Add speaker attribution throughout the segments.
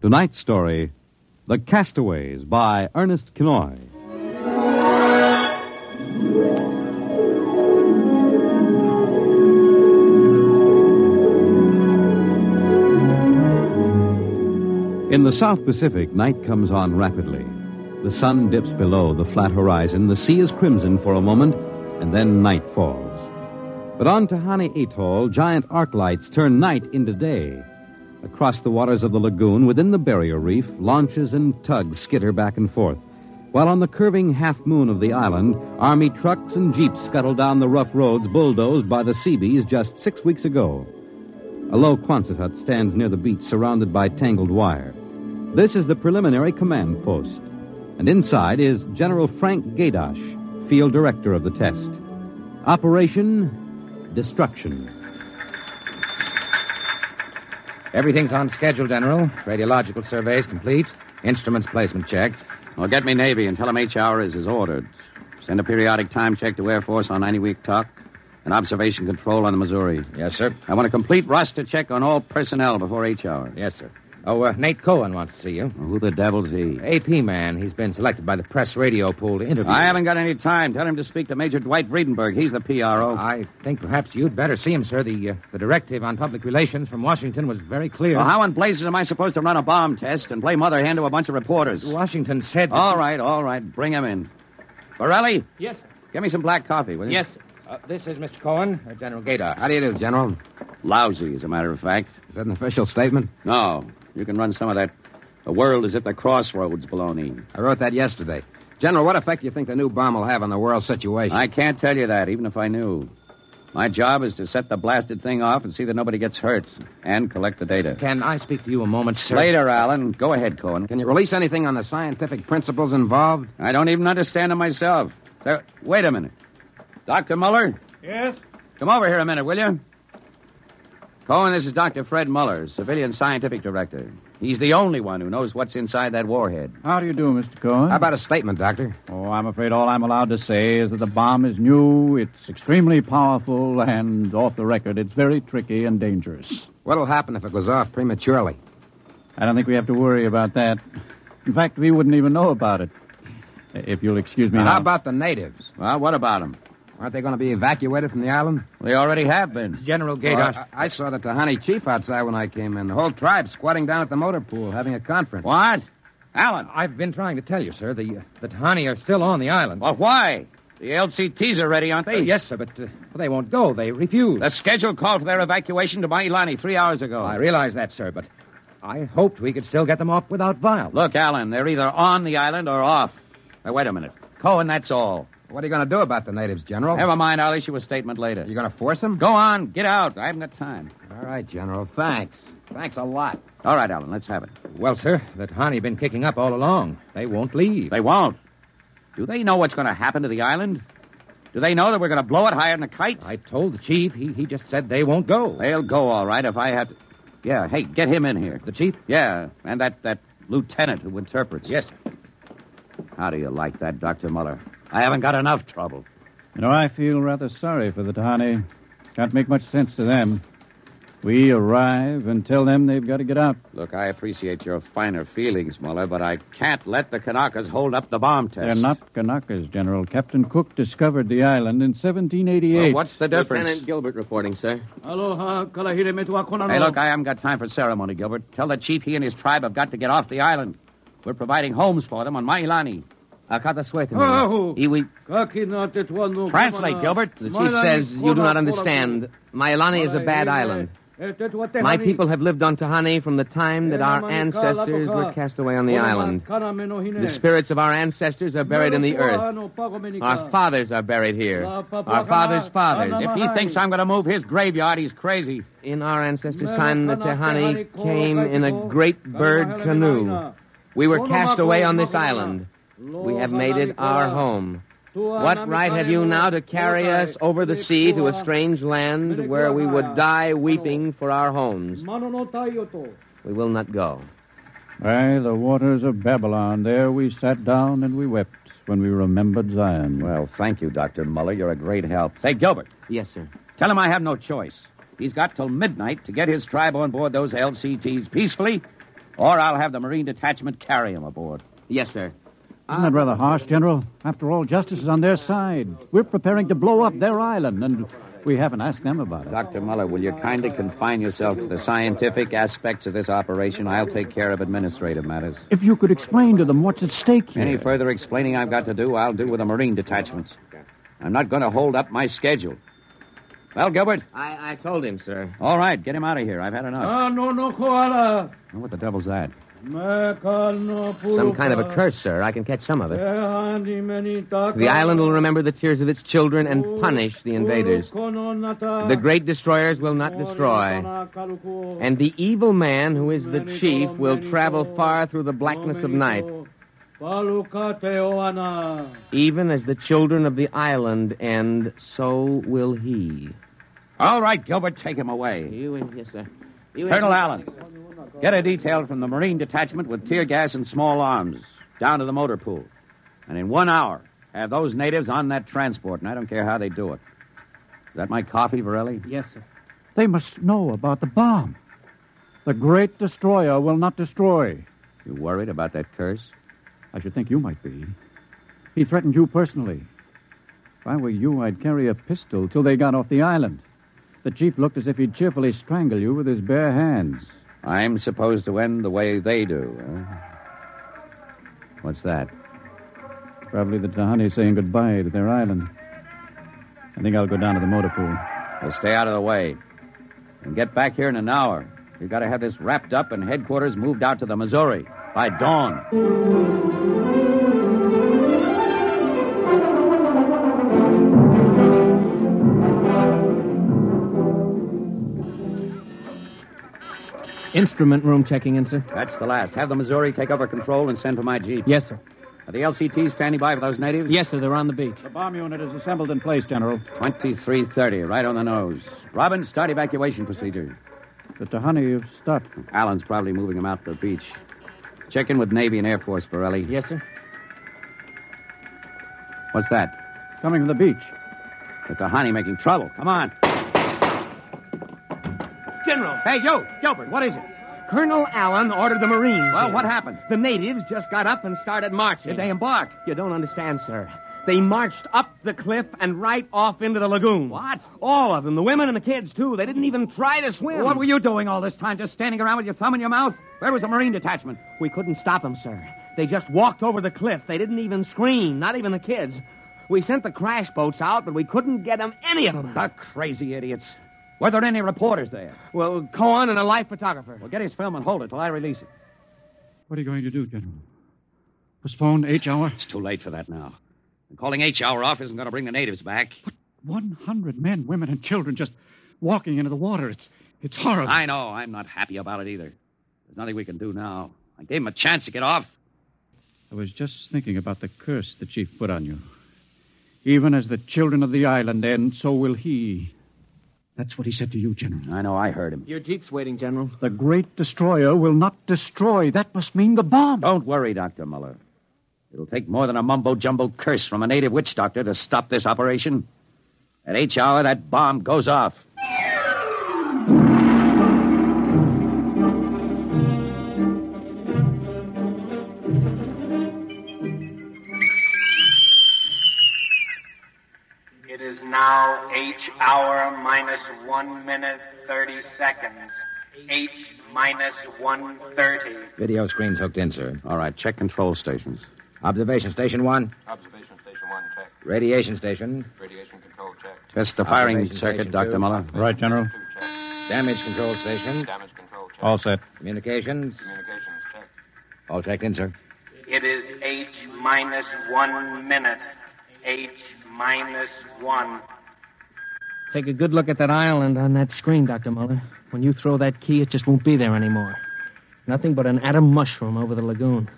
Speaker 1: Tonight's story The Castaways by Ernest Kinoy. In the South Pacific, night comes on rapidly. The sun dips below the flat horizon, the sea is crimson for a moment, and then night falls. But on Tahani Atoll, giant arc lights turn night into day. Across the waters of the lagoon, within the barrier reef, launches and tugs skitter back and forth. While on the curving half moon of the island, army trucks and jeeps scuttle down the rough roads bulldozed by the Seabees just six weeks ago. A low Quonset hut stands near the beach surrounded by tangled wire. This is the preliminary command post. And inside is General Frank Gaidosh, field director of the test. Operation Destruction.
Speaker 2: Everything's on schedule, General. Radiological surveys complete. Instruments placement checked.
Speaker 3: Well, get me Navy and tell them each hour is as ordered. Send a periodic time check to Air Force on 90 week talk and observation control on the Missouri.
Speaker 2: Yes, sir.
Speaker 3: I want a complete roster check on all personnel before each hour.
Speaker 2: Yes, sir. Oh, uh, Nate Cohen wants to see you.
Speaker 3: Who the devil's he?
Speaker 2: AP man. He's been selected by the press radio pool to interview.
Speaker 3: I
Speaker 2: you.
Speaker 3: haven't got any time. Tell him to speak to Major Dwight Friedenberg. He's the PRO.
Speaker 2: I think perhaps you'd better see him, sir. The uh, the directive on public relations from Washington was very clear.
Speaker 3: Well, how in blazes am I supposed to run a bomb test and play mother hen to a bunch of reporters?
Speaker 2: Washington said. that-
Speaker 3: All right, all right. Bring him in. Borelli,
Speaker 4: Yes, sir.
Speaker 3: get me some black coffee, will you?
Speaker 4: yes. Sir.
Speaker 2: Uh, this is Mr. Cohen, uh, General Gator.
Speaker 5: How do you do, General?
Speaker 3: Lousy, as a matter of fact.
Speaker 5: Is that an official statement?
Speaker 3: No, you can run some of that. The world is at the crossroads, baloney.
Speaker 5: I wrote that yesterday. General, what effect do you think the new bomb will have on the world situation?
Speaker 3: I can't tell you that, even if I knew. My job is to set the blasted thing off and see that nobody gets hurt and collect the data.
Speaker 2: Can I speak to you a moment, sir?
Speaker 3: Later, Alan. Go ahead, Cohen.
Speaker 5: Can you release anything on the scientific principles involved?
Speaker 3: I don't even understand them myself. There- wait a minute. Dr. Muller,
Speaker 4: Yes?
Speaker 3: come over here a minute, will you? Cohen, this is Dr. Fred Muller, civilian scientific director. He's the only one who knows what's inside that warhead.
Speaker 6: How do you do, Mr. Cohen?
Speaker 5: How about a statement, Doctor?
Speaker 6: Oh, I'm afraid all I'm allowed to say is that the bomb is new, it's extremely powerful, and off the record, it's very tricky and dangerous.
Speaker 5: What'll happen if it goes off prematurely?
Speaker 6: I don't think we have to worry about that. In fact, we wouldn't even know about it. If you'll excuse me
Speaker 5: Now,
Speaker 6: now.
Speaker 5: how about the natives?
Speaker 3: Well, what about him?
Speaker 5: Aren't they going to be evacuated from the island?
Speaker 3: They already have been.
Speaker 2: General Gator.
Speaker 5: Well, I, I saw the Tahani chief outside when I came in. The whole tribe squatting down at the motor pool having a conference.
Speaker 3: What? Alan,
Speaker 2: I've been trying to tell you, sir. The uh, the Tahani are still on the island.
Speaker 3: Well, why? The LCTs are ready, aren't
Speaker 2: They-
Speaker 3: they?
Speaker 2: yes, sir, but uh, they won't go. They refuse.
Speaker 3: The schedule called for their evacuation to Mailani three hours ago.
Speaker 2: I realize that, sir, but I hoped we could still get them off without violence.
Speaker 3: Look, Alan, they're either on the island or off. Now, wait a minute. Cohen, that's all.
Speaker 5: What are you going to do about the natives,
Speaker 2: Oh.
Speaker 5: General?
Speaker 3: Never mind. I'll issue a statement later.
Speaker 5: You going to force them?
Speaker 3: Go on. Get out. I haven't got time.
Speaker 5: All right, General. Thanks. Thanks a lot.
Speaker 3: All right, Alan, let's have it.
Speaker 2: Well, sir, the Tahani been kicking up all along. They won't leave.
Speaker 3: They won't. Do they know what's going to happen to the island? Do they know that we're going to blow it higher than a kite?
Speaker 2: I told the chief. He, he just said they won't go.
Speaker 3: They'll go all right if I had to. Yeah, hey, get him in here.
Speaker 2: The chief?
Speaker 3: Yeah, and that, that lieutenant who interprets.
Speaker 2: Yes, sir.
Speaker 3: How do you like that, Dr. Muller? I haven't got enough trouble.
Speaker 6: You know, I feel rather sorry for the Tahani. Can't make much sense to them. We arrive and tell them they've got to get out.
Speaker 3: Look, I appreciate your finer feelings, Muller, but I can't let the Kanakas hold up the bomb test.
Speaker 6: They're not Kanakas, General. Captain Cook discovered the island in 1788.
Speaker 3: Well, what's the difference?
Speaker 4: Lieutenant Gilbert reporting, sir.
Speaker 6: Aloha, kalahire metua konano.
Speaker 3: Hey, look, I haven't got time for ceremony, Gilbert. Tell the chief he and his tribe have got to get off the island. We're providing homes for them on Mailani.
Speaker 4: Akata Swetha.
Speaker 6: Oh.
Speaker 4: Iwi. uh,
Speaker 3: Translate, Gilbert.
Speaker 4: The chief says you do not understand. Mailani is a bad island.
Speaker 6: E
Speaker 4: My people have lived on Tahani from the time that our ancestors were cast away on the island. The spirits of our ancestors are buried in the earth. Our fathers are buried here. Our fathers' fathers.
Speaker 3: If he thinks I'm going to move his graveyard, he's crazy.
Speaker 4: In our ancestors' time, the Tehani came in a great bird canoe. We were cast away on this island. We have made it our home. What right have you now to carry us over the sea to a strange land where we would die weeping for our homes? We will not go.
Speaker 6: By the waters of Babylon, there we sat down and we wept when we remembered Zion.
Speaker 3: Well, thank you, Dr. Muller. You're a great help. Say, Gilbert,
Speaker 4: Yes, sir.
Speaker 3: tell him I have no choice. He's got till midnight to get his tribe on board those LCTs peacefully, or I'll have the Marine detachment carry him aboard.
Speaker 4: Yes, sir.
Speaker 6: Isn't that rather harsh, General? After all, justice is on their side. We're preparing to blow up their island, and we haven't asked them about it.
Speaker 3: Dr. Muller, will you kindly confine yourself to the scientific aspects of this operation? I'll take care of administrative matters.
Speaker 6: If you could explain to them what's at stake here.
Speaker 3: Any further explaining I've got to do, I'll do with the Marine detachments. I'm not going to hold up my schedule. Well, Gilbert,
Speaker 4: I, I told him, sir.
Speaker 3: all right, get him out of here. I've had enough.
Speaker 6: no, no, koala.
Speaker 3: Now, what the devil's that?
Speaker 4: Some
Speaker 6: Some
Speaker 4: kind of a curse, sir. I can catch some of it. The island will remember the tears of its children and punish the invaders. The great destroyers will not destroy. And the evil man, who is the chief, will travel far through the blackness of night, even as the children of the island end, so will he.
Speaker 3: All right, Gilbert, take him away.
Speaker 4: You and yes, sir.
Speaker 3: Colonel Allen, get a detail from the Marine detachment with tear gas and small arms down to the motor pool. And in one hour, have those natives on that transport, and I don't care how they do it. Is that my coffee, Varelli?
Speaker 4: Yes, sir.
Speaker 6: They must know about the bomb. The great destroyer will not destroy.
Speaker 3: You worried about that curse?
Speaker 6: I should think you might be. He threatened you personally. If I were you, I'd carry a pistol till they got off the island. The chief looked as if he'd cheerfully strangle you with his bare hands.
Speaker 3: I'm supposed to end the way they do. Huh? What's that?
Speaker 6: Probably the Tahani saying goodbye to their island. I think I'll go down to the motor pool.
Speaker 3: Well, stay out of the way. And get back here in an hour. We've got to have this wrapped up and headquarters moved out to the Missouri by dawn.
Speaker 4: Instrument room checking in, sir.
Speaker 3: That's the last. Have the Missouri take over control and send for my jeep.
Speaker 4: Yes, sir.
Speaker 3: Are the LCT standing by for those natives?
Speaker 4: Yes, sir. They're on the beach.
Speaker 6: The bomb unit is assembled in place, General.
Speaker 3: 2330, right on the nose. Robin, start evacuation procedure.
Speaker 6: The Tahani have stopped.
Speaker 3: Allen's probably moving them out to the beach. Check in with Navy and Air Force, E. Borelli.
Speaker 4: Yes, sir.
Speaker 3: What's that?
Speaker 6: Coming from the beach.
Speaker 3: The Tahani making trouble. Come on.
Speaker 4: General,
Speaker 3: Hey, you, Gilbert, what is it?
Speaker 4: Colonel Allen ordered the Marines.
Speaker 3: Well,
Speaker 4: in.
Speaker 3: what happened?
Speaker 4: The natives just got up and started marching.
Speaker 3: Did they embark?
Speaker 4: You don't understand, sir. They marched up the cliff and right off into the lagoon. What? All of them, the women and the kids, too. They didn't even try to swim.
Speaker 3: What were you doing all this time, just standing around with your thumb in your mouth? Where was the Marine detachment?
Speaker 4: We couldn't stop them, sir. They just walked over the cliff. They didn't even scream, not even the kids. We sent the crash boats out, but we couldn't get them, any of them.
Speaker 3: The crazy idiots. Were there any reporters there?
Speaker 4: Well, Cohen and a life photographer.
Speaker 3: Well, get his film and hold it till I release it.
Speaker 6: What are you going to do, General? Postpone H hour?
Speaker 3: It's too late for that now. And calling H hour off isn't going to bring the natives back.
Speaker 6: 100 men, women, and children just walking into the water. It's, it's horrible.
Speaker 3: I know. I'm not happy about it either. There's nothing we can do now. I gave him a chance to get off.
Speaker 6: I was just thinking about the curse the chief put on you. Even as the children of the island end, so will he. That's what he said to you, General.
Speaker 3: I know. I heard him.
Speaker 4: Your jeep's waiting, General.
Speaker 6: The great destroyer will not destroy. That must mean the bomb.
Speaker 3: Don't worry, Dr. Muller. It'll take more than a mumbo jumbo curse from a native witch doctor to stop this operation. At H hour, that bomb goes off.
Speaker 7: is now H hour minus one minute thirty seconds. H minus one thirty.
Speaker 2: Video screen's hooked in, sir.
Speaker 3: All right, check control stations.
Speaker 2: Observation station one,
Speaker 8: Observation station one, check.
Speaker 2: radiation station,
Speaker 8: Radiation control, check.
Speaker 3: Test the firing
Speaker 2: Observation
Speaker 3: circuit,
Speaker 2: station
Speaker 3: Dr.
Speaker 2: two.
Speaker 3: Muller.
Speaker 6: Right, General.
Speaker 8: Two, check.
Speaker 2: damage control station,
Speaker 8: Damage control, check.
Speaker 6: All set.
Speaker 2: communications.
Speaker 8: Communications, check.
Speaker 2: All checked in, sir.
Speaker 7: It is H minus one minute. H minus one.
Speaker 9: Take a good look at that island on that screen, Dr. Muller. When you throw that key, it just won't be there anymore. Nothing but an atom mushroom over the lagoon.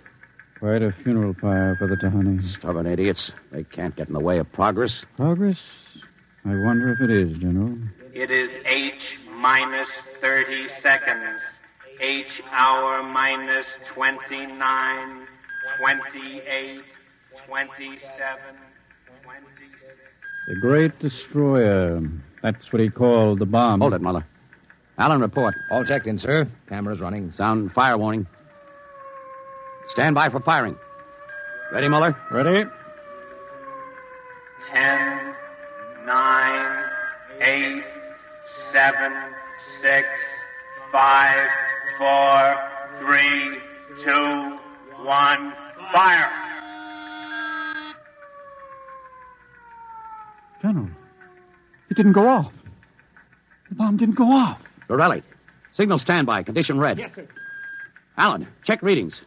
Speaker 6: Quite a funeral pyre for the Tahani.
Speaker 3: Stubborn idiots. They can't get in the way of progress.
Speaker 6: Progress? I wonder if it is, General.
Speaker 7: It is H minus 30 seconds. H hour minus 29, 28, 27, 26.
Speaker 6: The Great Destroyer. That's what he called the bomb.
Speaker 3: Hold it, Muller. Allen, report.
Speaker 2: All checked in, sir. Cameras running.
Speaker 3: Sound fire warning. Stand by for firing. Ready, Muller?
Speaker 6: Ready?
Speaker 7: 10, 9, 8, 7, 6, 5, 4, 3, 2, 1, fire!
Speaker 6: General, it didn't go off. The bomb didn't go off.
Speaker 3: Borelli, signal standby, condition red. Yes, sir. Allen, check readings.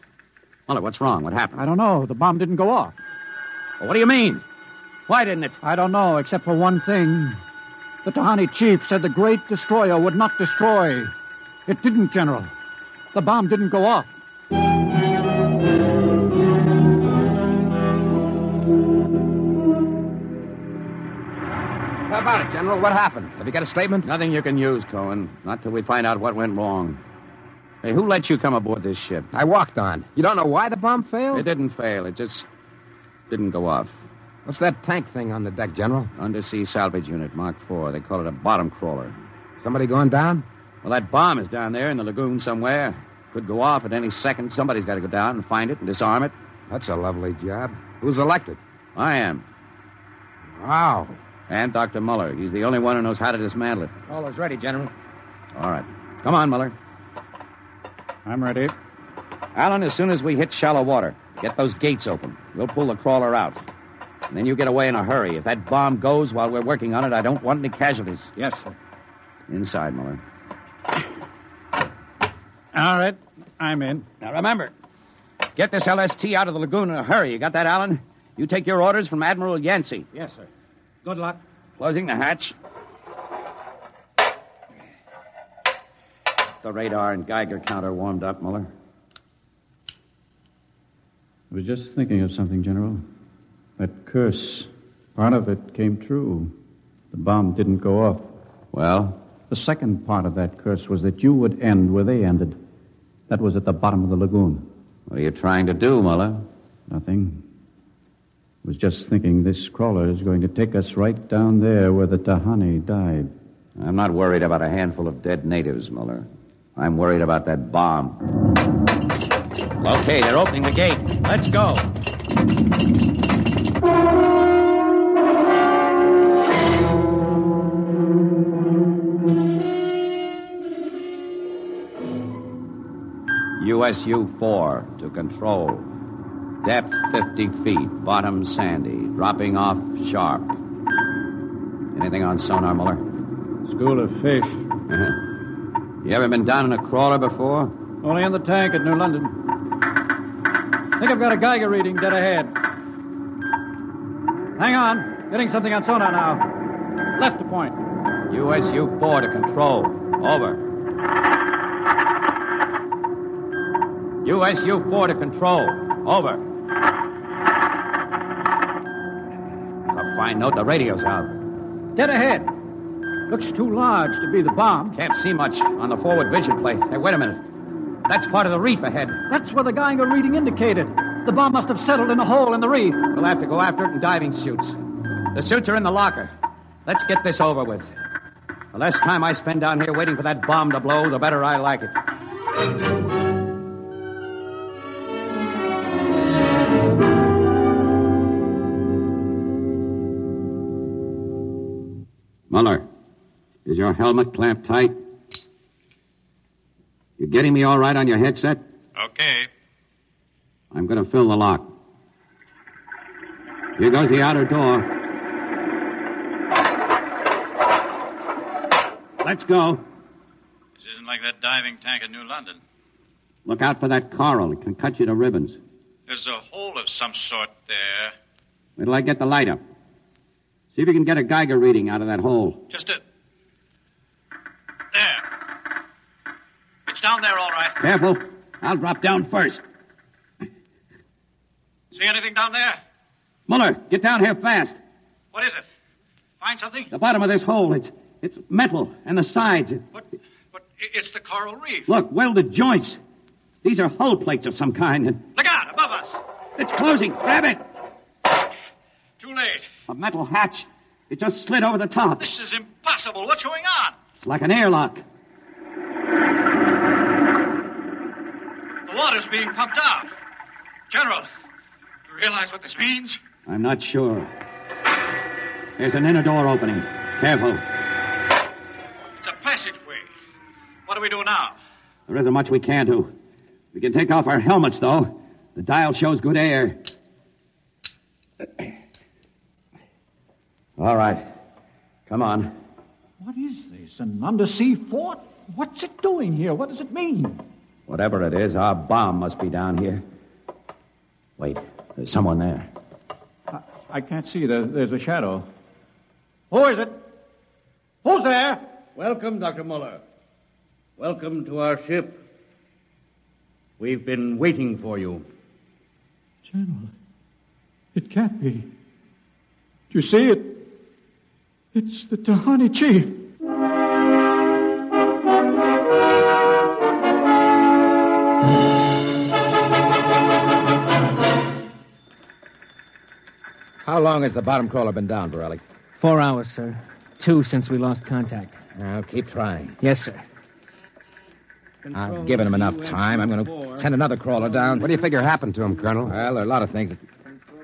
Speaker 3: Muller, what's wrong? What happened?
Speaker 6: I don't know. The bomb didn't go off.
Speaker 3: Well, what do you mean? Why didn't it?
Speaker 6: I don't know, except for one thing. The Tahani chief said the great destroyer would not destroy. It didn't, General. The bomb didn't go off.
Speaker 5: How about it, General? What happened? Have you got a statement?
Speaker 3: Nothing you can use, Cohen. Not till we find out what went wrong. Hey, who let you come aboard this ship?
Speaker 5: I walked on. You don't know why the bomb
Speaker 3: It
Speaker 5: failed?
Speaker 3: didn't fail. It just didn't go off.
Speaker 5: What's that tank thing on the deck, General?
Speaker 3: Undersea salvage unit, Mark IV. They call it a bottom crawler.
Speaker 5: Somebody going down?
Speaker 3: Well, that bomb is down there in the lagoon somewhere. Could go off at any second. Somebody's got to go down and find it and disarm it.
Speaker 5: That's a lovely job. Who's elected?
Speaker 3: I am.
Speaker 5: Wow.
Speaker 3: And Dr. Muller. He's the only one who knows how to dismantle it.
Speaker 2: All is ready, General.
Speaker 3: All right. Come on, Muller.
Speaker 6: I'm ready.
Speaker 3: Alan, as soon as we hit shallow water, get those gates open. We'll pull the crawler out. And then you get away in a hurry. If that bomb goes while we're working on it, I don't want any casualties.
Speaker 6: Yes, sir.
Speaker 3: Inside, Muller.
Speaker 6: All right. I'm in.
Speaker 3: Now remember, get this LST out of the lagoon in a hurry. You got that, Alan? You take your orders from Admiral Yancey.
Speaker 6: Yes, sir. Good luck.
Speaker 3: Closing the hatch. The radar and Geiger counter warmed up, Muller.
Speaker 6: I was just thinking of something, General. That curse. Part of it came true. The bomb didn't go off.
Speaker 3: Well,
Speaker 6: The second part of that curse was that you would end where they ended. That was at the bottom of the lagoon.
Speaker 3: what are you trying to do, Muller?
Speaker 6: Nothing. I was just thinking this crawler is going to take us right down there where the Tahani died.
Speaker 3: I'm not worried about a handful of dead natives, Muller. I'm worried about that bomb. Okay, they're opening the gate. Let's go. USU 4 to control. Depth 50 feet, bottom sandy, dropping off sharp. Anything on sonar, Muller?
Speaker 6: School of fish.
Speaker 3: Uh-huh. You ever been down in a crawler before?
Speaker 6: Only in the tank at New London. Think I've got a Geiger reading dead ahead. Hang on. Getting something on sonar now. Left to point.
Speaker 3: USU 4 to control. Over. USU 4 to control. Over. That's a fine note. The radio's out.
Speaker 6: Dead ahead. Looks too large to be the bomb.
Speaker 3: Can't see much on the forward vision plate. Hey, wait a minute. That's part of the reef ahead.
Speaker 6: That's where the Geiger reading indicated. The bomb must have settled in a hole in the reef.
Speaker 3: We'll have to go after it in diving suits. The suits are in the locker. Let's get this over with. The less time I spend down here waiting for that bomb to blow, the better I like it. Muller, is your helmet clamped tight? You getting me all right on your headset?
Speaker 10: Okay.
Speaker 3: I'm going to fill the lock. Here goes the outer door. Let's go.
Speaker 10: This isn't like that diving tank in New London.
Speaker 3: Look out for that coral. It can cut you to ribbons.
Speaker 10: There's a hole of some sort there.
Speaker 3: Wait till I get the light up. See if you can get a Geiger reading out of that hole.
Speaker 10: Just a. There. It's down there, all right.
Speaker 3: Careful. I'll drop down first.
Speaker 10: See anything down there?
Speaker 3: Muller, get down here fast.
Speaker 10: What is it? Find something?
Speaker 3: The bottom of this hole, it's it's metal, and the sides.
Speaker 10: I- It's the coral reef.
Speaker 3: Look, welded joints. These are hull plates of some kind, and
Speaker 10: Look out, above us.
Speaker 3: it's closing. Grab it.
Speaker 10: Too late.
Speaker 3: A metal hatch. It just slid over the top.
Speaker 10: This is impossible. What's going on?
Speaker 3: It's like an airlock.
Speaker 10: The water's being pumped out. General, do you realize what this means?
Speaker 3: I'm not sure. There's an inner door opening. Careful.
Speaker 10: It's a passageway. What do we do now?
Speaker 3: There isn't much we can do. We can take off our helmets, though. The dial shows good air. All right. Come on.
Speaker 11: What is this? An undersea fort? What's it doing here? What does it mean?
Speaker 12: Whatever it is, our bomb must be down here. Wait, there's someone there.
Speaker 11: I can't see. There, there's a shadow. Who is it? Who's there?
Speaker 4: Welcome, Dr. Muller. Welcome to our ship. We've been waiting for you.
Speaker 11: General, it can't be. Do you see it? It's the Tahani chief.
Speaker 2: How long has the bottom crawler been down, Borelli?
Speaker 13: Four hours, sir. Two since we lost contact.
Speaker 2: Now, keep trying.
Speaker 13: Yes, sir.
Speaker 2: I've given him enough time. I'm going to send another crawler down. What do you figure happened to him, Colonel? Well, there are a lot of things.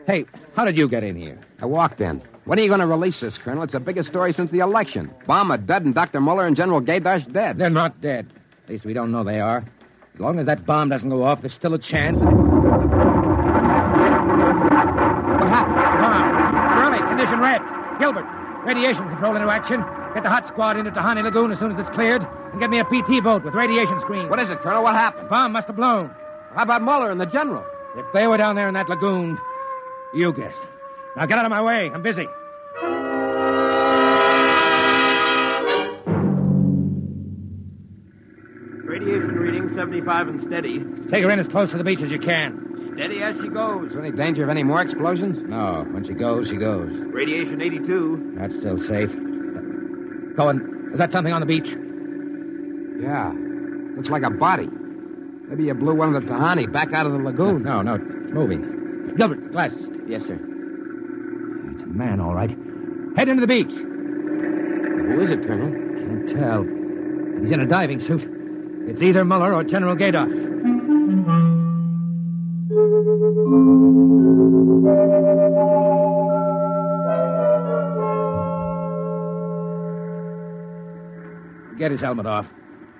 Speaker 2: Hey, how did you get in here?
Speaker 5: I walked in. When are you going to release this, Colonel? It's the biggest story since the election. Bomber dead and Dr. Muller and General Gaydash dead.
Speaker 2: They're not dead. At least we don't know they are. As long as that bomb doesn't go off, there's still a chance. That... What happened? Bomb. Burley, condition red. Gilbert, radiation control into action. Get the hot squad into Tahani Lagoon as soon as it's cleared, and get me a PT boat with radiation screens. What
Speaker 5: is it, Colonel? What happened?
Speaker 2: bomb must have blown.
Speaker 5: How about Muller and the General?
Speaker 2: If they were down there in that lagoon, you guess. Now get out of my way. I'm busy.
Speaker 14: Radiation reading 75 and steady.
Speaker 2: Take her in as close to the beach as you can.
Speaker 14: Steady as she goes.
Speaker 5: Any danger of any more explosions?
Speaker 2: No. When she goes, she goes.
Speaker 14: Radiation 82.
Speaker 2: That's still safe. Cohen, is that something on the beach?
Speaker 5: Yeah. Looks like a body. Maybe you blew one of the Tahani back out of the lagoon.
Speaker 2: No, no. It's moving. Gilbert, glasses. Yes, sir. It's a man, all right. Head into the beach. Who is it, Colonel? Can't tell. He's in a diving suit. It's either Muller or General Gadoff. Get his helmet off.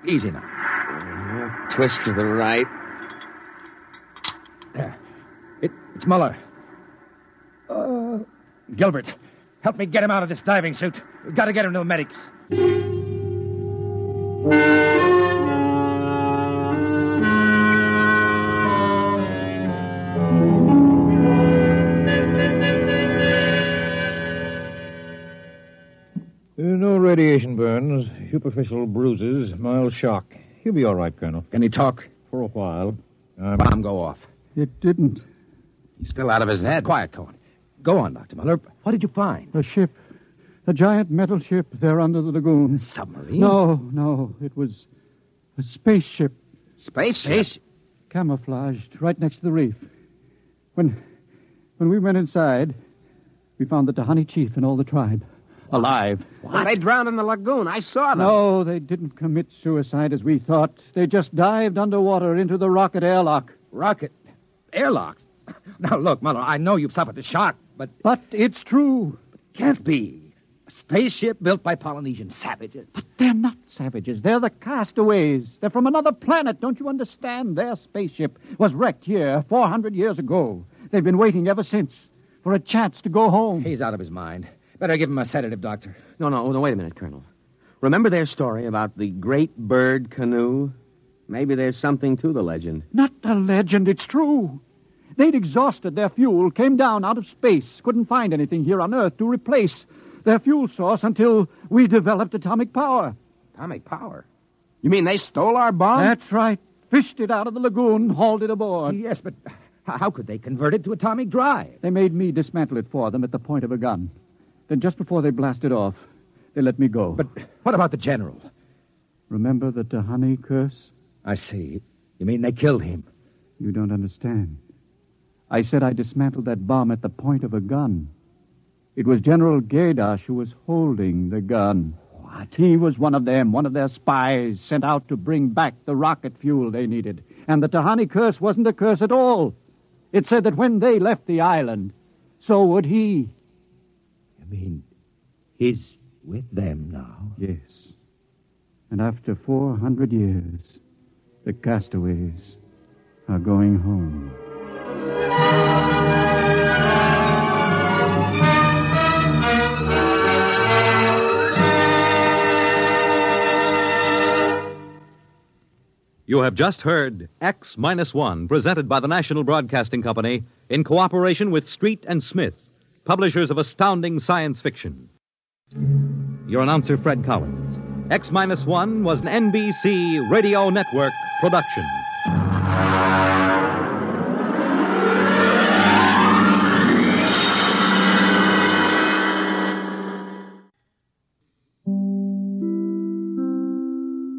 Speaker 2: Easy now.
Speaker 15: Twist to the right.
Speaker 2: There. It, it's Muller. Uh, Gilbert, help me get him out of this diving suit. We've got to get him to the medics.
Speaker 16: Uh, No radiation burns, superficial bruises, mild shock. He'll be all right, Colonel.
Speaker 2: Can he talk?
Speaker 16: For a while.
Speaker 2: Bomb go off.
Speaker 6: It didn't.
Speaker 5: He's still out of his head.
Speaker 2: Quiet, Cohen. Go on, Dr. Muller. What did you find?
Speaker 6: A ship. A giant metal ship there under the lagoon.
Speaker 2: submarine?
Speaker 6: No, no. It was a spaceship.
Speaker 5: Spaceship?
Speaker 6: Camouflaged right next to the reef. When, when we went inside, we found the Tahani chief and all the tribe. Alive.
Speaker 5: They drowned in the lagoon. I saw them.
Speaker 6: No, they didn't commit suicide as we thought. They just dived underwater into the rocket airlock.
Speaker 2: Rocket? Airlocks? Now, look, Muller, I know you've suffered a shock, but.
Speaker 6: But it's true.
Speaker 2: Can't be. A spaceship built by Polynesian savages. But
Speaker 6: They're not savages. They're the castaways. They're from another planet. Don't you understand? Their spaceship was wrecked here 400 years ago. They've been waiting ever since for a chance to go home.
Speaker 2: He's out of his mind. Better give him a sedative, Doctor.
Speaker 4: No, no, no, wait a minute, Colonel. Remember their story about the great bird canoe? Maybe there's something to the legend.
Speaker 6: Not a legend. It's true. They'd exhausted their fuel, came down out of space, couldn't find anything here on Earth to replace their fuel source until we developed atomic power.
Speaker 5: Atomic power? You mean they stole our bomb?
Speaker 6: That's right. Fished it out of the lagoon, hauled it aboard.
Speaker 2: Yes, but h- how could they convert it to atomic drive?
Speaker 6: They made me dismantle it for them at the point of a gun. Then, just before they blasted off, they let me go. But
Speaker 2: what about the general?
Speaker 6: remember the Tahani curse?
Speaker 2: I see. You mean they killed him?
Speaker 6: You don't understand. I said I dismantled that bomb at the point of a gun. It was General Gaidash who was holding the gun. What? He was one of them, one of their spies sent out to bring back the rocket fuel they needed. And the Tahani curse wasn't a curse at all. It said that when they left the island, so would he.
Speaker 2: You mean he's with them now?
Speaker 6: Yes. And after 400 years, the castaways are going home.
Speaker 1: You have just heard X Minus One, presented by the National Broadcasting Company in cooperation with Street and Smith, publishers of astounding science fiction. Your announcer, Fred Collins. X Minus One was an NBC Radio Network production.